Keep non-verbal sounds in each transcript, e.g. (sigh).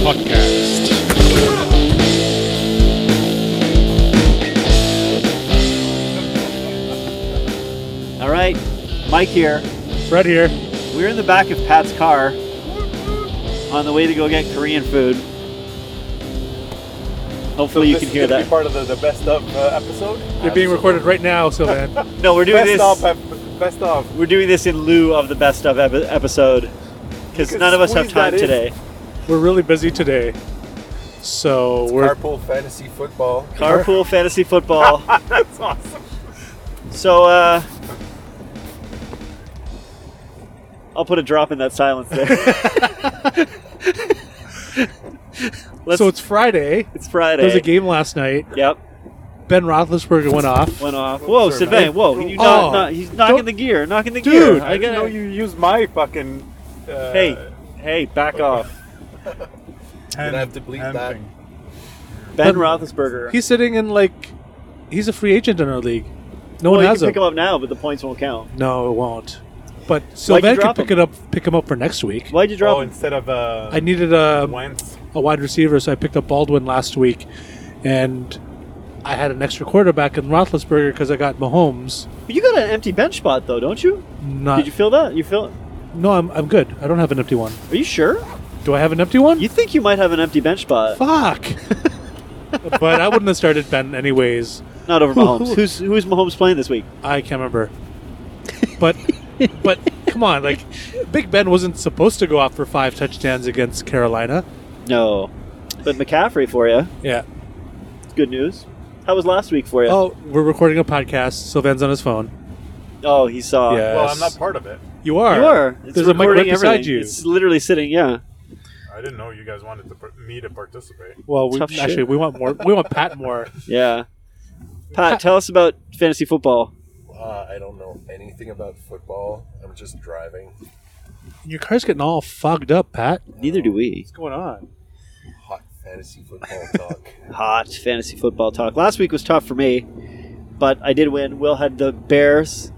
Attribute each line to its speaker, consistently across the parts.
Speaker 1: podcast.
Speaker 2: All right, Mike here.
Speaker 1: Fred here.
Speaker 2: We're in the back of Pat's car on the way to go get Korean food. Hopefully you
Speaker 3: This
Speaker 2: can
Speaker 3: is
Speaker 2: hear
Speaker 3: gonna be
Speaker 2: that.
Speaker 3: part of the, the best of uh, episode.
Speaker 1: You're being recorded right now,
Speaker 2: (laughs)
Speaker 1: Sylvan.
Speaker 2: No, we're doing
Speaker 3: Best of,
Speaker 2: this.
Speaker 3: ep- best of.
Speaker 2: We're doing this in lieu of the best of epi- episode because
Speaker 3: could
Speaker 2: none of us have
Speaker 3: squeeze that
Speaker 2: time
Speaker 3: in.
Speaker 2: today.
Speaker 1: We're really busy today, so we're
Speaker 3: Carpool fantasy football.
Speaker 2: (laughs) Carpool
Speaker 1: (laughs)
Speaker 2: fantasy football.
Speaker 3: That's awesome.
Speaker 2: So uh, I'll put a drop in that
Speaker 1: (laughs)
Speaker 2: silence there. Let's,
Speaker 1: so it's Friday.
Speaker 2: it's Friday.
Speaker 1: There was a game last night.
Speaker 2: Yep.
Speaker 1: Ben Roethlisberger went off.
Speaker 2: Went off. Whoa,
Speaker 3: Sorry,
Speaker 2: Sylvain,
Speaker 3: man.
Speaker 2: whoa. Can you not,
Speaker 1: Oh.
Speaker 2: not- he's knocking
Speaker 1: Don't-
Speaker 2: the gear, knocking the
Speaker 1: Dude,
Speaker 2: gear.
Speaker 3: I didn't know
Speaker 2: gotta-
Speaker 3: you used my fucking. Uh,
Speaker 2: Hey, hey, back off.
Speaker 3: Gonna have to bleep that. Oh,
Speaker 1: But
Speaker 2: Ben Roethlisberger.
Speaker 1: He's sitting in like he's a free agent in our league. No
Speaker 2: well,
Speaker 1: one
Speaker 2: you
Speaker 1: has
Speaker 2: can
Speaker 1: him.
Speaker 2: pick him up now, but the points won't count.
Speaker 1: No, it won't. But Sylvan
Speaker 2: drop
Speaker 1: could pick
Speaker 2: him?
Speaker 1: it up, pick him up for next week.
Speaker 2: Why'd you drop
Speaker 3: Oh,
Speaker 2: him?
Speaker 3: instead of uh,
Speaker 1: I needed a
Speaker 3: Wentz.
Speaker 1: a wide receiver, so I picked up Baldwin last week, and I had an extra quarterback in Roethlisberger because I got Mahomes.
Speaker 2: You got an empty bench spot though, don't you?
Speaker 1: Not
Speaker 2: Did you feel that? You feel?
Speaker 1: no, I'm I'm good. I don't have an empty one.
Speaker 2: Are you sure?
Speaker 1: Do I have an empty one?
Speaker 2: You think you might have an empty bench
Speaker 1: (laughs)
Speaker 2: spot?
Speaker 1: Fuck. but I wouldn't have started Ben anyways.
Speaker 2: Not over
Speaker 1: Who-
Speaker 2: Mahomes.
Speaker 1: (laughs) who-
Speaker 2: Who's who's Mahomes playing this week?
Speaker 1: I can't remember. But but come on, like Big Ben wasn't supposed to go off for five touchdowns against Carolina.
Speaker 2: No, but McCaffrey for you.
Speaker 1: Yeah.
Speaker 2: Good news. How was last week for you?
Speaker 1: Oh, we're recording a podcast. Sylvan's on his phone.
Speaker 2: Oh, he saw.
Speaker 1: Yeah.
Speaker 3: Well,
Speaker 1: Yes.
Speaker 3: I'm not part of it.
Speaker 1: You are.
Speaker 2: You are. It's
Speaker 1: There's a mic right
Speaker 2: recording
Speaker 1: beside
Speaker 2: everything.
Speaker 1: you.
Speaker 2: It's literally sitting. Yeah.
Speaker 3: I didn't know you guys wanted to par- me to participate.
Speaker 1: well, we,
Speaker 2: Tough shit.
Speaker 1: actually, we want more. We want Pat
Speaker 2: (laughs)
Speaker 1: more.
Speaker 2: Yeah. Pat, tell us about fantasy football.
Speaker 4: Uh, I don't know anything about football. I'm just driving.
Speaker 1: Your car's getting all fogged up, Pat.
Speaker 2: Neither do we.
Speaker 1: What's going on?
Speaker 4: Hot fantasy
Speaker 3: (laughs)
Speaker 4: football talk.
Speaker 2: Hot fantasy football talk. Last week was tough for me, but I did win. Will had the Bears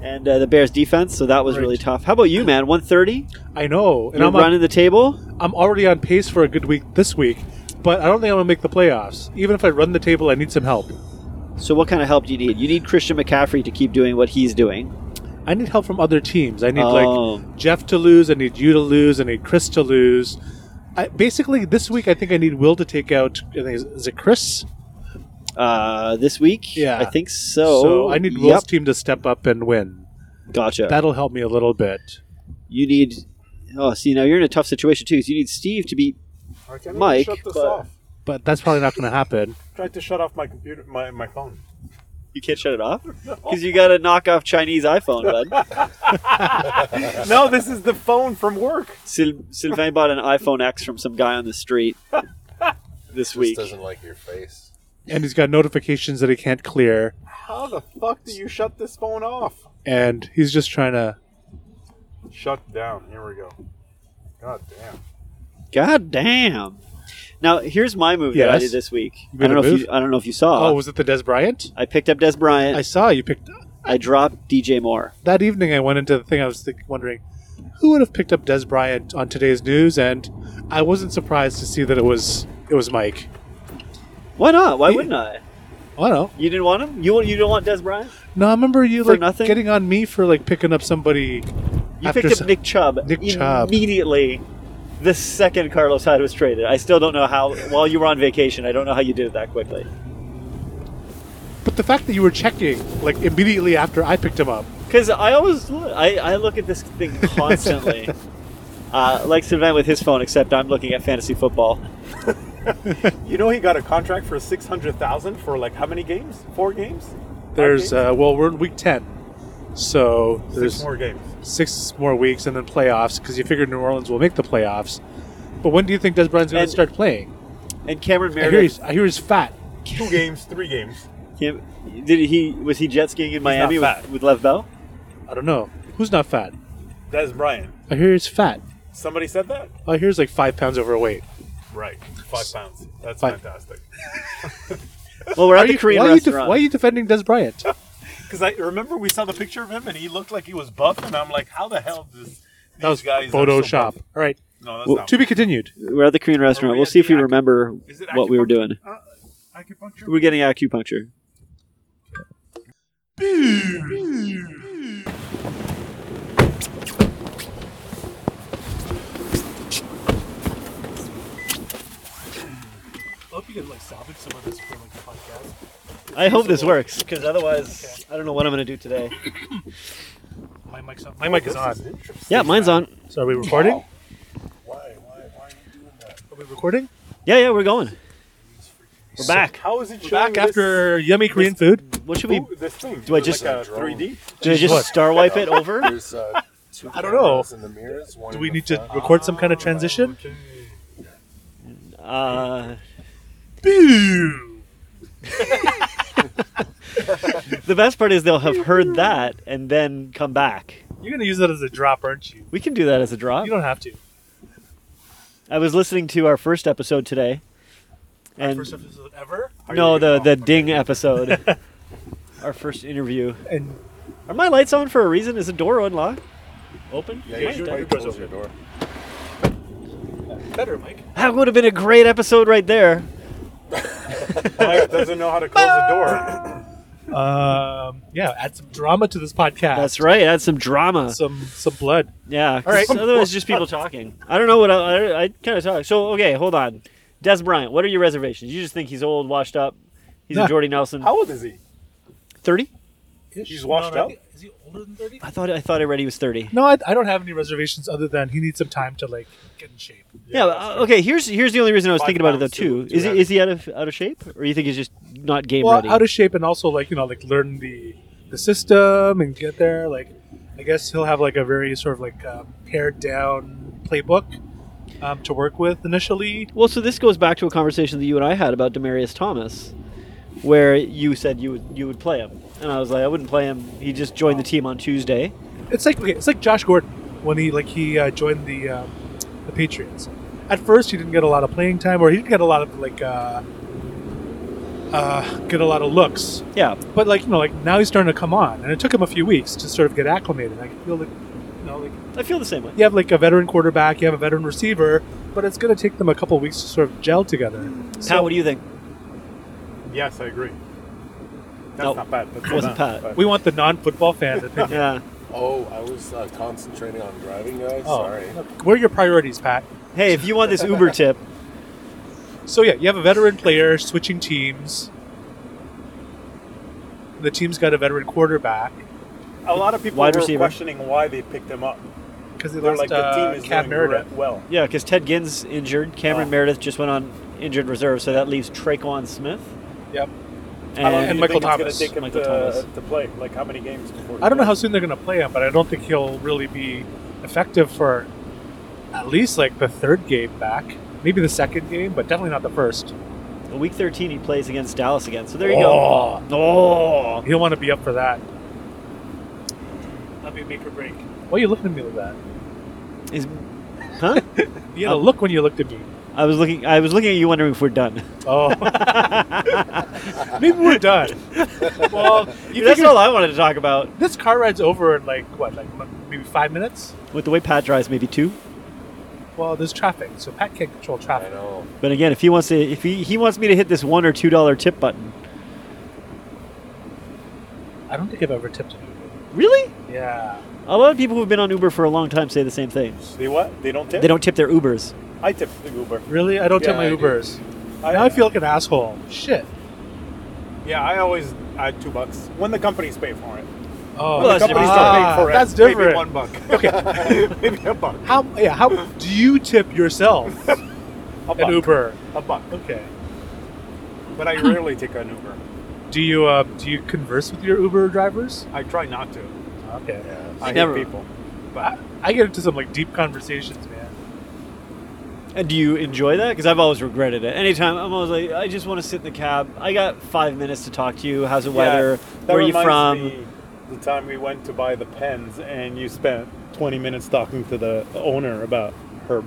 Speaker 2: and uh, the Bears defense, so that was
Speaker 1: Right.
Speaker 2: really tough. How about you, man? 130?
Speaker 1: I know, and
Speaker 2: You're
Speaker 1: I'm on-
Speaker 2: running the table?
Speaker 1: I'm already on pace for a good week this week, but I don't think I'm gonna make the playoffs. Even if I run the table, I need some help.
Speaker 2: So, what kind of help do you need? You need Christian McCaffrey to keep doing what he's doing.
Speaker 1: I need help from other teams. I need
Speaker 2: Oh.
Speaker 1: like Jeff to lose. I need you to lose. I need Chris to lose. I, basically, this week I think I need Will to take out. I think is, is it Chris?
Speaker 2: Uh, this week?
Speaker 1: Yeah.
Speaker 2: I think so.
Speaker 1: so I need Will's
Speaker 2: Oh, Yep.
Speaker 1: team to step up and win.
Speaker 2: Gotcha.
Speaker 1: That'll help me a little bit.
Speaker 2: you need. Oh, see, now you're in a tough situation, too. So you need Steve to be.
Speaker 3: I can't
Speaker 2: Mike,
Speaker 3: shut this
Speaker 2: but-
Speaker 3: off.
Speaker 1: But that's probably not going to happen.
Speaker 3: Tried to shut off my computer, my, my
Speaker 4: (laughs)
Speaker 3: phone.
Speaker 2: You can't shut it off? Because you got a knockoff Chinese iPhone, bud.
Speaker 4: (laughs)
Speaker 3: no, this is the phone from work.
Speaker 2: Syl- Sylvain bought an iPhone X from some guy on the street this
Speaker 4: just
Speaker 2: week.
Speaker 4: doesn't like your face.
Speaker 1: And he's got notifications that he can't clear,
Speaker 3: How the fuck do you shut this phone off?
Speaker 1: and he's just trying to.
Speaker 3: Shut down. Here we go. God damn.
Speaker 2: God damn! Now here's my movie that I
Speaker 1: Yes.
Speaker 2: did this week.
Speaker 1: You
Speaker 2: I
Speaker 1: made
Speaker 2: don't know
Speaker 1: a
Speaker 2: if
Speaker 1: move?
Speaker 2: you, I don't know if you saw.
Speaker 1: Oh, was it the Des Bryant?
Speaker 2: I picked up Des Bryant.
Speaker 1: I saw you picked
Speaker 2: I, dropped DJ Moore.
Speaker 1: that evening I went into the thing. I was think, wondering who would have picked up Des Bryant on today's news, and I wasn't surprised to see that it was it was Mike.
Speaker 2: Why not? Why
Speaker 1: Yeah.
Speaker 2: wouldn't I?
Speaker 1: I don't know.
Speaker 2: You didn't want him. You want- you don't want Des Bryant.
Speaker 1: No, I remember you
Speaker 2: For
Speaker 1: like
Speaker 2: nothing?
Speaker 1: getting on me for like picking up somebody.
Speaker 2: You
Speaker 1: after
Speaker 2: picked up
Speaker 1: some-
Speaker 2: Nick Chubb.
Speaker 1: Nick Chubb.
Speaker 2: immediately. The second Carlos Hyde was traded, I still don't know how. While you were on vacation, I don't know how you did it that quickly.
Speaker 1: But the fact that you were checking like immediately after I picked him up.
Speaker 2: Because I always look, I, I look at this thing constantly. uh, like Sylvain with his phone, except I'm looking at fantasy football.
Speaker 3: You know he got a contract for six hundred thousand for like how many games? Four games? Five
Speaker 1: There's
Speaker 3: games?
Speaker 1: uh, well, we're in week ten, so
Speaker 3: six
Speaker 1: there's
Speaker 3: more games.
Speaker 1: six more weeks and then playoffs because you figure New Orleans will make the playoffs. But when do you think Des Bryant's going
Speaker 2: And-
Speaker 1: to start playing?
Speaker 2: And Cameron
Speaker 1: I hear,
Speaker 2: Meredith,
Speaker 1: he's, I hear he's fat.
Speaker 3: Two games, three games.
Speaker 2: Cam, did he was he jet skiing in Miami
Speaker 3: not
Speaker 2: with, with Lev Bell?
Speaker 1: I don't know who's not fat.
Speaker 3: That's Brian.
Speaker 1: I hear he's fat.
Speaker 3: Somebody said that?
Speaker 1: Oh, here's like five pounds overweight.
Speaker 3: Right. Five pounds. That's
Speaker 1: Five.
Speaker 3: fantastic.
Speaker 2: Well, we're at
Speaker 1: Are
Speaker 2: the
Speaker 1: you-
Speaker 2: Korean
Speaker 1: why, are you def-
Speaker 2: restaurant.
Speaker 1: why are you defending Des Bryant?
Speaker 3: Because I remember we saw the picture of him and he looked like he was buff and I'm like, how the hell does these
Speaker 1: That was
Speaker 3: guys are so
Speaker 1: Photoshop.
Speaker 3: buff?
Speaker 1: All right,
Speaker 3: No, that's
Speaker 2: Well,
Speaker 3: not.
Speaker 1: To be continued.
Speaker 2: We're at the Korean restaurant.
Speaker 3: we
Speaker 2: We'll
Speaker 3: at
Speaker 2: see if
Speaker 3: the
Speaker 2: we
Speaker 3: acu-
Speaker 2: remember
Speaker 3: Is it
Speaker 2: what we were doing.
Speaker 3: Uh, acupuncture.
Speaker 1: Oh
Speaker 2: We're getting acupuncture.
Speaker 1: I hope you can like salvage some of this for like the podcast.
Speaker 2: I hope this works because otherwise, I don't know what I'm going to do today.
Speaker 1: My mic's on. My mic is on.
Speaker 2: Yeah, mine's on.
Speaker 1: So are we recording?
Speaker 4: Why? Why? Why are you doing that?
Speaker 1: Are we recording?
Speaker 2: Yeah, yeah, we're going. We're back.
Speaker 3: How is it showing
Speaker 1: Back
Speaker 3: this-
Speaker 1: after yummy Korean food.
Speaker 2: What should we?
Speaker 3: Ooh, this thing?
Speaker 2: Do I
Speaker 3: Is it
Speaker 2: just-
Speaker 3: like a 3D?
Speaker 2: Did I
Speaker 1: What?
Speaker 2: just star wipe it over?
Speaker 4: There's uh, two
Speaker 1: I don't know.
Speaker 4: cameras in the mirrors. One
Speaker 1: Do
Speaker 4: in
Speaker 1: we
Speaker 4: the
Speaker 1: need to
Speaker 4: front.
Speaker 1: record some kind of transition?
Speaker 3: Okay.
Speaker 2: Uh, (laughs)
Speaker 1: Boo!
Speaker 2: the best part is they'll have heard that and then come back.
Speaker 1: You're gonna use that as a drop, aren't you?
Speaker 2: We can do that as a drop.
Speaker 1: You don't have to.
Speaker 2: I was listening to our first episode today. And
Speaker 1: First episode ever.
Speaker 3: Are
Speaker 2: no,
Speaker 3: you-
Speaker 2: the
Speaker 3: oh,
Speaker 2: the
Speaker 3: okay.
Speaker 2: ding episode. our first interview.
Speaker 1: And
Speaker 2: Are my lights on for a reason? Is the door unlocked? Open?
Speaker 4: Yeah,
Speaker 1: Yeah,
Speaker 4: you
Speaker 1: your
Speaker 4: should probably
Speaker 1: door's
Speaker 4: close
Speaker 1: open.
Speaker 4: your
Speaker 1: (laughs)
Speaker 4: door.
Speaker 1: better, Mike.
Speaker 2: That would have been a great episode right there.
Speaker 3: Mike doesn't know how to close the
Speaker 1: (laughs)
Speaker 3: door.
Speaker 1: Um, yeah, add some drama to this podcast.
Speaker 2: That's right. Add some drama.
Speaker 1: Some some blood.
Speaker 2: yeah. 'cause
Speaker 1: All right.
Speaker 2: Otherwise, just people talking. I don't know what I, I, I kind of talk. So okay, hold on. Des Bryant, what are your reservations? You just think he's old, washed up. He's
Speaker 1: Nah.
Speaker 2: a Jordy Nelson.
Speaker 3: How old is he?
Speaker 2: Thirty?
Speaker 3: He's washed
Speaker 1: no, no, I
Speaker 3: up?
Speaker 1: think- Is he older than thirty?
Speaker 2: I thought I thought I read he was thirty.
Speaker 1: No, I, I don't have any reservations other than he needs some time to like get in shape.
Speaker 2: Yeah.
Speaker 3: that's
Speaker 2: uh, okay. Here's here's the only reason I was
Speaker 3: Five
Speaker 2: thinking about it though
Speaker 3: pounds
Speaker 2: too.
Speaker 3: too- too
Speaker 2: Is he
Speaker 3: heavy.
Speaker 2: is he out of out of shape, or you think he's just not game
Speaker 1: well,
Speaker 2: ready?
Speaker 1: out of shape and also like you know like learn the the system and get there. Like, I guess he'll have like a very sort of like uh, pared down playbook um, to work with initially.
Speaker 2: well, so this goes back to a conversation that you and I had about Demarius Thomas, where you said you would you would play him, and I was like, I wouldn't play him. He just joined the team on Tuesday.
Speaker 1: It's like okay, it's like Josh Gordon when he like he uh, joined the um, the Patriots. At first, he didn't get a lot of playing time, or he didn't get a lot of like uh, uh, get a lot of looks.
Speaker 2: Yeah.
Speaker 1: But like you know, like now he's starting to come on, and it took him a few weeks to sort of get acclimated. I feel like you know, like
Speaker 2: I feel the same way.
Speaker 1: you have like a veteran quarterback, you have a veteran receiver, but it's going to take them a couple weeks to sort of gel together.
Speaker 3: Mm.
Speaker 2: Pat, what do you think?
Speaker 3: Yes, I agree. That's
Speaker 2: Nope.
Speaker 3: not bad. That's
Speaker 2: Wasn't
Speaker 3: not
Speaker 2: bad.
Speaker 1: We want the non-football
Speaker 3: (laughs)
Speaker 1: fan. To
Speaker 2: Yeah.
Speaker 4: Oh, I was uh, concentrating on driving, guys.
Speaker 1: Oh.
Speaker 4: Sorry.
Speaker 1: think, where are your priorities, Pat?
Speaker 2: Hey, if you want this Uber tip,
Speaker 1: So yeah, you have a veteran player switching teams. The team's got a veteran quarterback
Speaker 3: A lot of people
Speaker 2: Wide
Speaker 3: were
Speaker 2: receiver.
Speaker 3: questioning why they picked him up.
Speaker 1: because they
Speaker 3: They're
Speaker 1: lost
Speaker 3: like the
Speaker 1: uh,
Speaker 3: team is
Speaker 1: Cam
Speaker 3: doing
Speaker 1: Meredith.
Speaker 3: re- well.
Speaker 2: yeah, because Ted Ginn's injured. Cameron
Speaker 3: Oh.
Speaker 2: Meredith just went on injured reserve, so that leaves Traquan Smith.
Speaker 1: Yep.
Speaker 3: How long do
Speaker 2: And,
Speaker 1: And
Speaker 3: you
Speaker 1: Michael
Speaker 3: think it's
Speaker 1: Thomas.
Speaker 3: Gonna take him
Speaker 2: Michael
Speaker 3: to, uh,
Speaker 2: Thomas.
Speaker 3: to play like how many games before? he
Speaker 1: I don't know how
Speaker 3: plays?
Speaker 1: soon they're going to play him, but I don't think he'll really be effective for at least like the third game back, maybe the second game, but definitely not the first.
Speaker 2: week 13, he plays against Dallas again. So there you go.
Speaker 1: Oh, he'll want to be up for that. That'd be a make or break. Why are you looking at me like that?
Speaker 3: Oh.
Speaker 2: Is, huh?
Speaker 1: You had a
Speaker 2: Um,
Speaker 1: look when you looked at me.
Speaker 2: I was looking. I was looking at you, wondering if we're done.
Speaker 1: (laughs) Oh,
Speaker 2: (laughs)
Speaker 1: maybe we're done. well, you
Speaker 2: That's
Speaker 1: think
Speaker 2: all I wanted to talk about.
Speaker 1: this car ride's over in like what, like maybe five minutes?
Speaker 2: With the way Pat drives, maybe two.
Speaker 1: Well, there's traffic, so Pat can't control
Speaker 4: I
Speaker 1: traffic.
Speaker 4: know.
Speaker 2: But again, if he wants to, if he, he wants me to hit this one or two dollar tip button,
Speaker 1: I don't think I've ever tipped an Uber.
Speaker 2: really?
Speaker 1: Yeah,
Speaker 2: A lot of people who've been on Uber for a long time say the same thing.
Speaker 3: They what? They don't tip.
Speaker 2: They don't tip their Ubers.
Speaker 3: I tip the Uber.
Speaker 1: really? I don't tip
Speaker 4: Yeah,
Speaker 1: my
Speaker 4: I do.
Speaker 1: Ubers. now I feel like an asshole. Shit.
Speaker 3: Yeah, I always add two bucks when the companies pay for it.
Speaker 1: Oh,
Speaker 2: Well,
Speaker 3: The
Speaker 2: that's
Speaker 3: companies
Speaker 2: different.
Speaker 3: start paying
Speaker 1: Ah,
Speaker 3: for it.
Speaker 1: That's
Speaker 3: Maybe
Speaker 1: different.
Speaker 3: one buck.
Speaker 1: Okay,
Speaker 3: (laughs)
Speaker 1: (laughs)
Speaker 3: Maybe a buck.
Speaker 1: how? Yeah, how do you tip (laughs) yourself
Speaker 3: A
Speaker 1: an
Speaker 3: buck.
Speaker 1: Uber?
Speaker 3: A buck.
Speaker 1: Okay.
Speaker 3: But I rarely take an Uber.
Speaker 1: Do you uh, do you converse with your Uber drivers?
Speaker 3: I try not to.
Speaker 1: Okay.
Speaker 4: Yeah.
Speaker 3: I
Speaker 2: Never.
Speaker 3: hate people.
Speaker 1: I, I get into some like deep conversations, man.
Speaker 2: And do you enjoy that? Because I've always regretted it. Anytime I'm always like, I just want to sit in the cab. I got five minutes to talk to you. How's the weather?
Speaker 3: Yeah, that
Speaker 2: Where are you
Speaker 3: reminds
Speaker 2: from?
Speaker 3: me the time we went to buy the pens, and you spent 20 minutes talking to the owner about her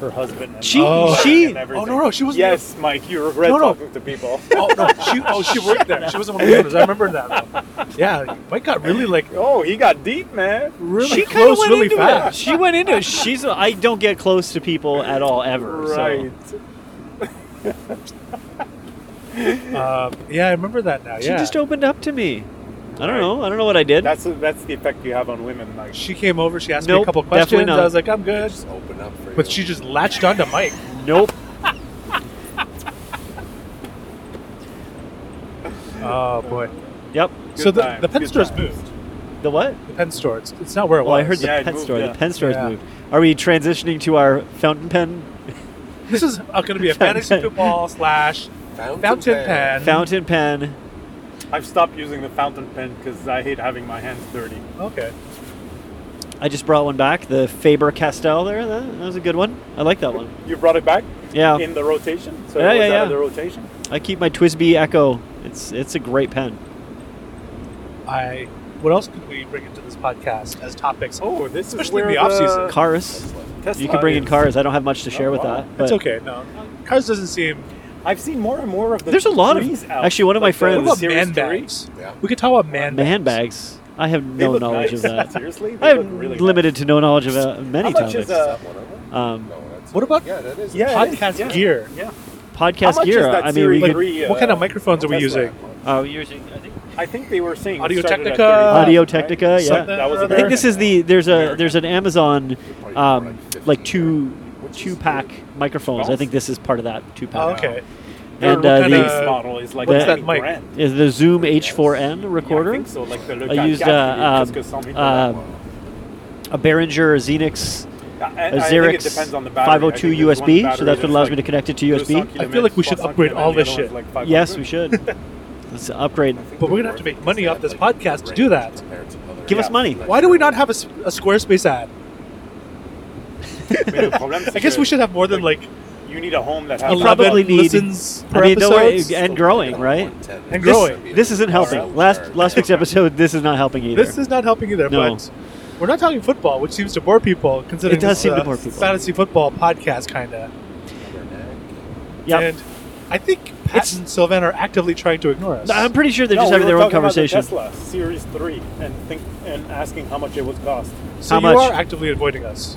Speaker 3: her husband. And
Speaker 2: She-
Speaker 3: dog
Speaker 2: she-
Speaker 3: and everything.
Speaker 1: Oh, no, no, she wasn't-
Speaker 3: Yes, Mike, you regret
Speaker 1: No, no.
Speaker 3: talking to people. (laughs)
Speaker 1: (laughs) Oh no, she oh she worked there. She wasn't one of the owners. I remember that. though. Yeah, Mike got really like
Speaker 3: Oh, he got deep, man.
Speaker 1: really
Speaker 2: she kind of
Speaker 1: close,
Speaker 2: went
Speaker 1: really
Speaker 2: into it.
Speaker 1: fast.
Speaker 2: She went into it. She's. I don't get close to people at all ever. so-
Speaker 3: Right.
Speaker 1: Um, yeah, I remember that now.
Speaker 2: She
Speaker 1: yeah,
Speaker 2: just opened up to me. I don't know. I don't know what I did.
Speaker 3: That's that's the effect you have on women. Like,
Speaker 1: she came over. She asked me
Speaker 2: Nope,
Speaker 1: a couple
Speaker 2: definitely
Speaker 1: questions.
Speaker 2: not.
Speaker 1: I was like, I'm good.
Speaker 4: Just open up for you.
Speaker 1: But she just latched onto Mike.
Speaker 2: nope.
Speaker 1: Oh boy.
Speaker 2: Yep.
Speaker 3: good
Speaker 1: so the,
Speaker 3: times,
Speaker 1: the pen
Speaker 3: good
Speaker 1: store's
Speaker 3: times.
Speaker 1: moved.
Speaker 2: The what?
Speaker 1: The pen store. It's, it's not where it
Speaker 2: Well, I heard
Speaker 1: was.
Speaker 2: the
Speaker 3: Yeah, it
Speaker 2: pen
Speaker 3: moved,
Speaker 2: store.
Speaker 3: yeah.
Speaker 2: The pen store's
Speaker 1: Yeah.
Speaker 2: moved. Are we transitioning to our fountain pen?
Speaker 1: This is going to be
Speaker 2: (laughs)
Speaker 1: a fantasy football slash
Speaker 4: fountain,
Speaker 1: fountain
Speaker 4: pen.
Speaker 1: pen.
Speaker 2: Fountain pen.
Speaker 3: I've stopped using the fountain pen because I hate having my hands dirty.
Speaker 1: Okay.
Speaker 2: I just brought one back. The Faber Castell there. That, that was a good one. I like that one.
Speaker 3: You brought it back
Speaker 2: Yeah.
Speaker 3: in the rotation, so
Speaker 2: Yeah,
Speaker 3: it was
Speaker 2: yeah,
Speaker 3: out of
Speaker 2: yeah.
Speaker 3: the rotation.
Speaker 2: I keep my Twisby Echo. It's it's a great pen.
Speaker 1: I. What else could we bring into this podcast as topics?
Speaker 3: Oh, this is
Speaker 1: Especially in
Speaker 3: where
Speaker 1: the off-season.
Speaker 3: the
Speaker 2: Cars.
Speaker 3: Tesla
Speaker 2: You can bring in
Speaker 3: is.
Speaker 2: cars. I don't have much to share
Speaker 3: Oh,
Speaker 2: with
Speaker 3: wow.
Speaker 2: that. But
Speaker 1: That's okay. No, cars doesn't seem.
Speaker 3: I've seen more and more of the.
Speaker 2: There's a lot of-
Speaker 3: threes out,
Speaker 2: actually, one of my
Speaker 3: like the
Speaker 2: friends-
Speaker 1: What about
Speaker 3: Series
Speaker 1: man
Speaker 3: three.
Speaker 1: bags?
Speaker 4: Yeah.
Speaker 1: We could talk about man bags.
Speaker 2: Man bags. I have
Speaker 3: They
Speaker 2: no
Speaker 3: look
Speaker 2: knowledge of
Speaker 3: nice.
Speaker 2: that.
Speaker 3: Seriously,
Speaker 2: I
Speaker 3: (laughs) They
Speaker 2: have
Speaker 3: look really
Speaker 2: limited
Speaker 3: nice.
Speaker 2: to no knowledge of uh, many
Speaker 3: How much
Speaker 2: topics.
Speaker 3: is, uh,
Speaker 4: Is that one of them?
Speaker 2: um,
Speaker 4: No, that's
Speaker 1: What about
Speaker 4: yeah, that is.
Speaker 3: Yeah, it is,
Speaker 1: podcast
Speaker 3: yeah.
Speaker 1: gear?
Speaker 3: Yeah. How
Speaker 2: podcast
Speaker 3: much is
Speaker 2: gear.
Speaker 3: that
Speaker 2: I mean, we
Speaker 3: series?
Speaker 1: Like,
Speaker 2: could,
Speaker 3: Agree,
Speaker 1: what
Speaker 3: uh,
Speaker 1: kind of microphones are we
Speaker 3: Tesla.
Speaker 1: using?
Speaker 2: uh, using I think
Speaker 3: I think they were saying it
Speaker 1: Audio
Speaker 3: started at
Speaker 1: Technica,
Speaker 3: 35, right?
Speaker 2: Uh, Audio Technica, yeah.
Speaker 1: Something
Speaker 3: That was
Speaker 1: or
Speaker 3: a
Speaker 2: I think this is the there's a
Speaker 3: American.
Speaker 2: there's an Amazon
Speaker 4: Probably
Speaker 2: um,
Speaker 4: around
Speaker 2: like
Speaker 4: 15
Speaker 2: two
Speaker 4: there, which
Speaker 2: two
Speaker 4: is
Speaker 2: pack
Speaker 4: good.
Speaker 2: microphones. I think this is part of that two
Speaker 1: Oh,
Speaker 2: pack.
Speaker 1: okay.
Speaker 3: Their
Speaker 2: And, uh,
Speaker 3: base
Speaker 1: the-
Speaker 3: model is like
Speaker 2: what's
Speaker 1: that
Speaker 3: 20
Speaker 1: mic?
Speaker 3: grand.
Speaker 2: Is the Zoom
Speaker 4: Yes.
Speaker 2: H4n
Speaker 3: Yeah, I
Speaker 2: recorder?
Speaker 3: think so, like the
Speaker 2: I
Speaker 3: Luca
Speaker 2: used,
Speaker 3: Gatsby,
Speaker 2: uh, um,
Speaker 3: Casca Summit.
Speaker 2: uh, a Behringer Xenix
Speaker 3: I- I-
Speaker 2: a
Speaker 3: I think it
Speaker 2: Xerix
Speaker 3: depends on the battery. I think
Speaker 2: 502
Speaker 3: there's one
Speaker 2: USB, so
Speaker 3: battery
Speaker 2: that's what allows me to
Speaker 3: like
Speaker 2: connect it to
Speaker 3: goes some
Speaker 2: USB.
Speaker 1: I feel like we should
Speaker 3: kilometers,
Speaker 1: upgrade
Speaker 3: plus
Speaker 1: all
Speaker 3: some
Speaker 1: this
Speaker 3: kilometers,
Speaker 1: shit.
Speaker 3: like 500.
Speaker 2: Yes,
Speaker 3: (laughs)
Speaker 2: we should.
Speaker 1: (laughs)
Speaker 2: Let's upgrade.
Speaker 1: But we're gonna have to make money off this podcast to do that.
Speaker 2: Give us money.
Speaker 1: Why do we not
Speaker 4: uh,
Speaker 1: have a, s- a Squarespace ad?
Speaker 3: I mean, the problem is
Speaker 1: I guess we
Speaker 3: that
Speaker 1: should have more than like
Speaker 3: You need a home that has.
Speaker 2: lot-
Speaker 1: eleven
Speaker 2: probably need-
Speaker 1: listens per
Speaker 2: I mean, don't worry,
Speaker 1: episode.
Speaker 2: and growing, right?
Speaker 1: And
Speaker 2: This-
Speaker 1: growing.
Speaker 2: This isn't helping. Last last week's episode, this is not helping either.
Speaker 1: This is not helping either.
Speaker 2: No.
Speaker 1: But we're not talking football, which seems to bore people. Considering
Speaker 2: It does
Speaker 1: this,
Speaker 2: seem to
Speaker 1: uh,
Speaker 2: bore people.
Speaker 1: Fantasy football podcast, kind of.
Speaker 2: Yep.
Speaker 1: And I think Pat
Speaker 2: It's-
Speaker 1: and Sylvan are actively trying to ignore us.
Speaker 2: I'm pretty sure they're
Speaker 3: No,
Speaker 2: just
Speaker 3: we
Speaker 2: having
Speaker 3: were
Speaker 2: their own
Speaker 3: talking about the
Speaker 2: conversation.
Speaker 3: Tesla Series Three, and think and asking how much it would cost.
Speaker 1: so
Speaker 2: how
Speaker 1: you
Speaker 2: much?
Speaker 1: are actively avoiding us.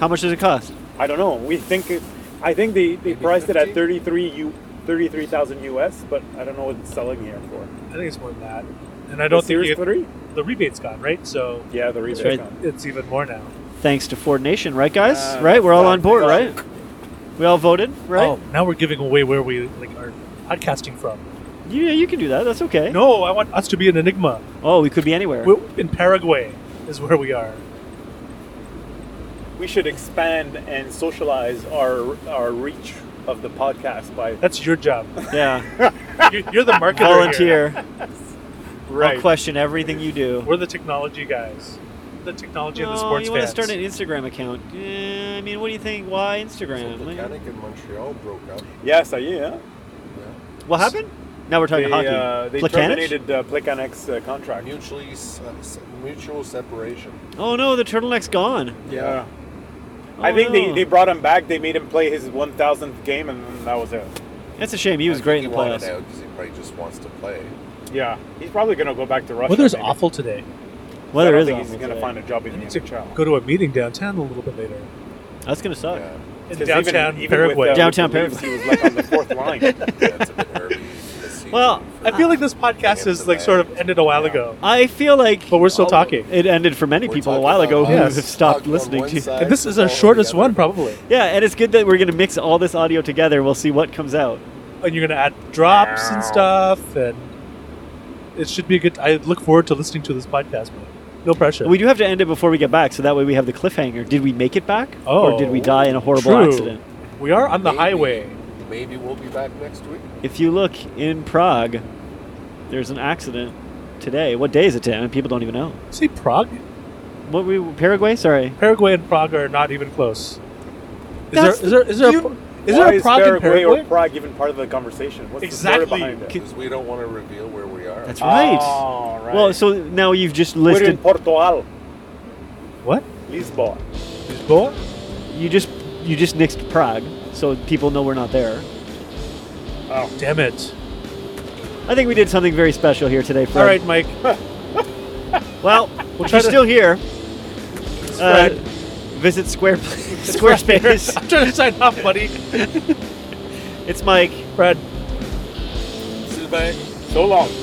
Speaker 2: How much does it cost?
Speaker 3: I don't know. We think it. I think they, they
Speaker 4: Maybe
Speaker 3: priced it at
Speaker 4: 50?
Speaker 3: 33 U, 33,000 US, but I don't know what it's selling here for.
Speaker 1: I think it's more than that. And I don't think
Speaker 3: the Series
Speaker 1: you-
Speaker 3: Three.
Speaker 1: the rebate's gone, right? So
Speaker 3: Yeah, the reason.
Speaker 2: right.
Speaker 1: it's even more now.
Speaker 2: Thanks to Ford Nation, right, guys?
Speaker 3: Uh,
Speaker 2: right, we're all
Speaker 3: fuck,
Speaker 2: on board,
Speaker 3: fuck.
Speaker 2: right? We all voted, right?
Speaker 1: Oh, now we're giving away where we like are podcasting from.
Speaker 2: Yeah, you can do that. That's okay.
Speaker 1: No, I want us to be an enigma.
Speaker 2: Oh, we could be anywhere.
Speaker 1: We're in Paraguay is where we are.
Speaker 3: We should expand and socialize our our reach of the podcast by
Speaker 1: That's your
Speaker 2: (laughs)
Speaker 1: job. (laughs)
Speaker 2: yeah,
Speaker 1: You're, you're the marketer. here.
Speaker 2: volunteer.
Speaker 3: right.
Speaker 2: I'll question everything you do.
Speaker 1: We're the technology guys. The technology and the
Speaker 2: No,
Speaker 1: sports
Speaker 2: you
Speaker 1: fans.
Speaker 2: to start an Instagram account? Eh, I mean, what do you think? Why Instagram?
Speaker 4: The
Speaker 2: Like,
Speaker 4: panic in Montreal broke up.
Speaker 3: Yes, I yeah.
Speaker 4: Yeah.
Speaker 2: what happened? Now we're talking
Speaker 3: they,
Speaker 2: hockey.
Speaker 3: Uh, they
Speaker 2: Plekanec?
Speaker 3: terminated uh, Plekanec's uh, contract.
Speaker 4: Mutually, s- uh, s- mutual separation.
Speaker 2: Oh no, the turtleneck's gone.
Speaker 3: Yeah.
Speaker 2: Oh,
Speaker 3: I think
Speaker 2: no.
Speaker 3: they, they brought him back. They made him play his 1,000th game, and then that was it.
Speaker 2: That's a shame. He was great in the
Speaker 4: wanted
Speaker 2: playoffs.
Speaker 4: out 'cause he probably just wants to play.
Speaker 3: Yeah. He's probably going to go back to Russia.
Speaker 1: Weather's
Speaker 3: maybe.
Speaker 1: awful today.
Speaker 3: I
Speaker 2: Weather
Speaker 3: don't
Speaker 2: is
Speaker 3: think
Speaker 2: awful
Speaker 3: he's going to
Speaker 2: today.
Speaker 3: find a job in the
Speaker 1: need to
Speaker 3: NHL.
Speaker 1: go to a meeting downtown a little bit later.
Speaker 2: That's gonna suck.
Speaker 4: Yeah.
Speaker 1: In
Speaker 3: 'Cause
Speaker 1: downtown
Speaker 3: even, even
Speaker 1: Paraguay.
Speaker 3: With, uh,
Speaker 2: Downtown
Speaker 3: with the Leafs,
Speaker 2: Paraguay.
Speaker 3: He was like on the fourth
Speaker 2: (laughs)
Speaker 3: line.
Speaker 4: (laughs) That's a bit early this season
Speaker 2: Well,
Speaker 4: for-
Speaker 1: I feel like this podcast is like sort of ended a while ago,
Speaker 2: I feel like
Speaker 1: but we're still
Speaker 4: Oh.
Speaker 1: talking.
Speaker 2: it ended for many
Speaker 4: We're
Speaker 2: people a
Speaker 4: talking
Speaker 2: while
Speaker 4: about
Speaker 2: ago who
Speaker 1: Yes.
Speaker 2: have stopped
Speaker 4: hockey on
Speaker 2: listening
Speaker 4: one
Speaker 2: to.
Speaker 4: side,
Speaker 1: And this is our
Speaker 4: football on
Speaker 1: shortest
Speaker 4: the
Speaker 1: one,
Speaker 4: other.
Speaker 1: probably.
Speaker 2: Yeah, and it's good that we're gonna mix all this audio together. We'll see what comes out.
Speaker 1: And you're gonna add drops and stuff, and it should be a good. I look forward to listening to this podcast, but no pressure.
Speaker 2: We do have to end it before we get back, so that way we have the cliffhanger. Did we make it back,
Speaker 1: Oh,
Speaker 2: or did we die in a horrible
Speaker 1: True.
Speaker 2: accident?
Speaker 1: We are on the
Speaker 4: Maybe-
Speaker 1: highway.
Speaker 4: Maybe we'll be back next week.
Speaker 2: If you look in Prague, there's an accident today. What day is it today? I mean, people don't even know.
Speaker 1: See, Prague,
Speaker 2: What we Paraguay? Sorry.
Speaker 1: Paraguay, and Prague are not even close.
Speaker 2: That's
Speaker 1: Is there, is there, is there, a, is
Speaker 3: Why
Speaker 1: there a Prague in
Speaker 3: Paraguay
Speaker 1: Paraguay?
Speaker 3: or Prague even part of the conversation? What's
Speaker 1: Exactly.
Speaker 3: the story behind it?
Speaker 4: Because we don't want to reveal where we are.
Speaker 2: That's right.
Speaker 3: Oh, right.
Speaker 2: Well, so now you've just
Speaker 3: we're in
Speaker 2: listed.
Speaker 3: Porto Al,
Speaker 1: What?
Speaker 3: Lisboa.
Speaker 1: Lisboa?
Speaker 2: You just you just nixed Prague, so people know we're not there.
Speaker 3: Oh,
Speaker 1: Damn it.
Speaker 2: I think we did something very special here today, Fred.
Speaker 1: All right,
Speaker 2: (laughs)
Speaker 1: Mike. (laughs)
Speaker 2: Well,
Speaker 1: We'll
Speaker 2: if
Speaker 1: try
Speaker 2: you're
Speaker 1: to-
Speaker 2: still here, uh,
Speaker 1: Fred.
Speaker 2: visit
Speaker 1: (laughs)
Speaker 2: Square (laughs) Squarespace.
Speaker 1: I'm trying to sign off, buddy.
Speaker 2: it's Mike.
Speaker 1: Fred.
Speaker 4: Goodbye.
Speaker 3: So long.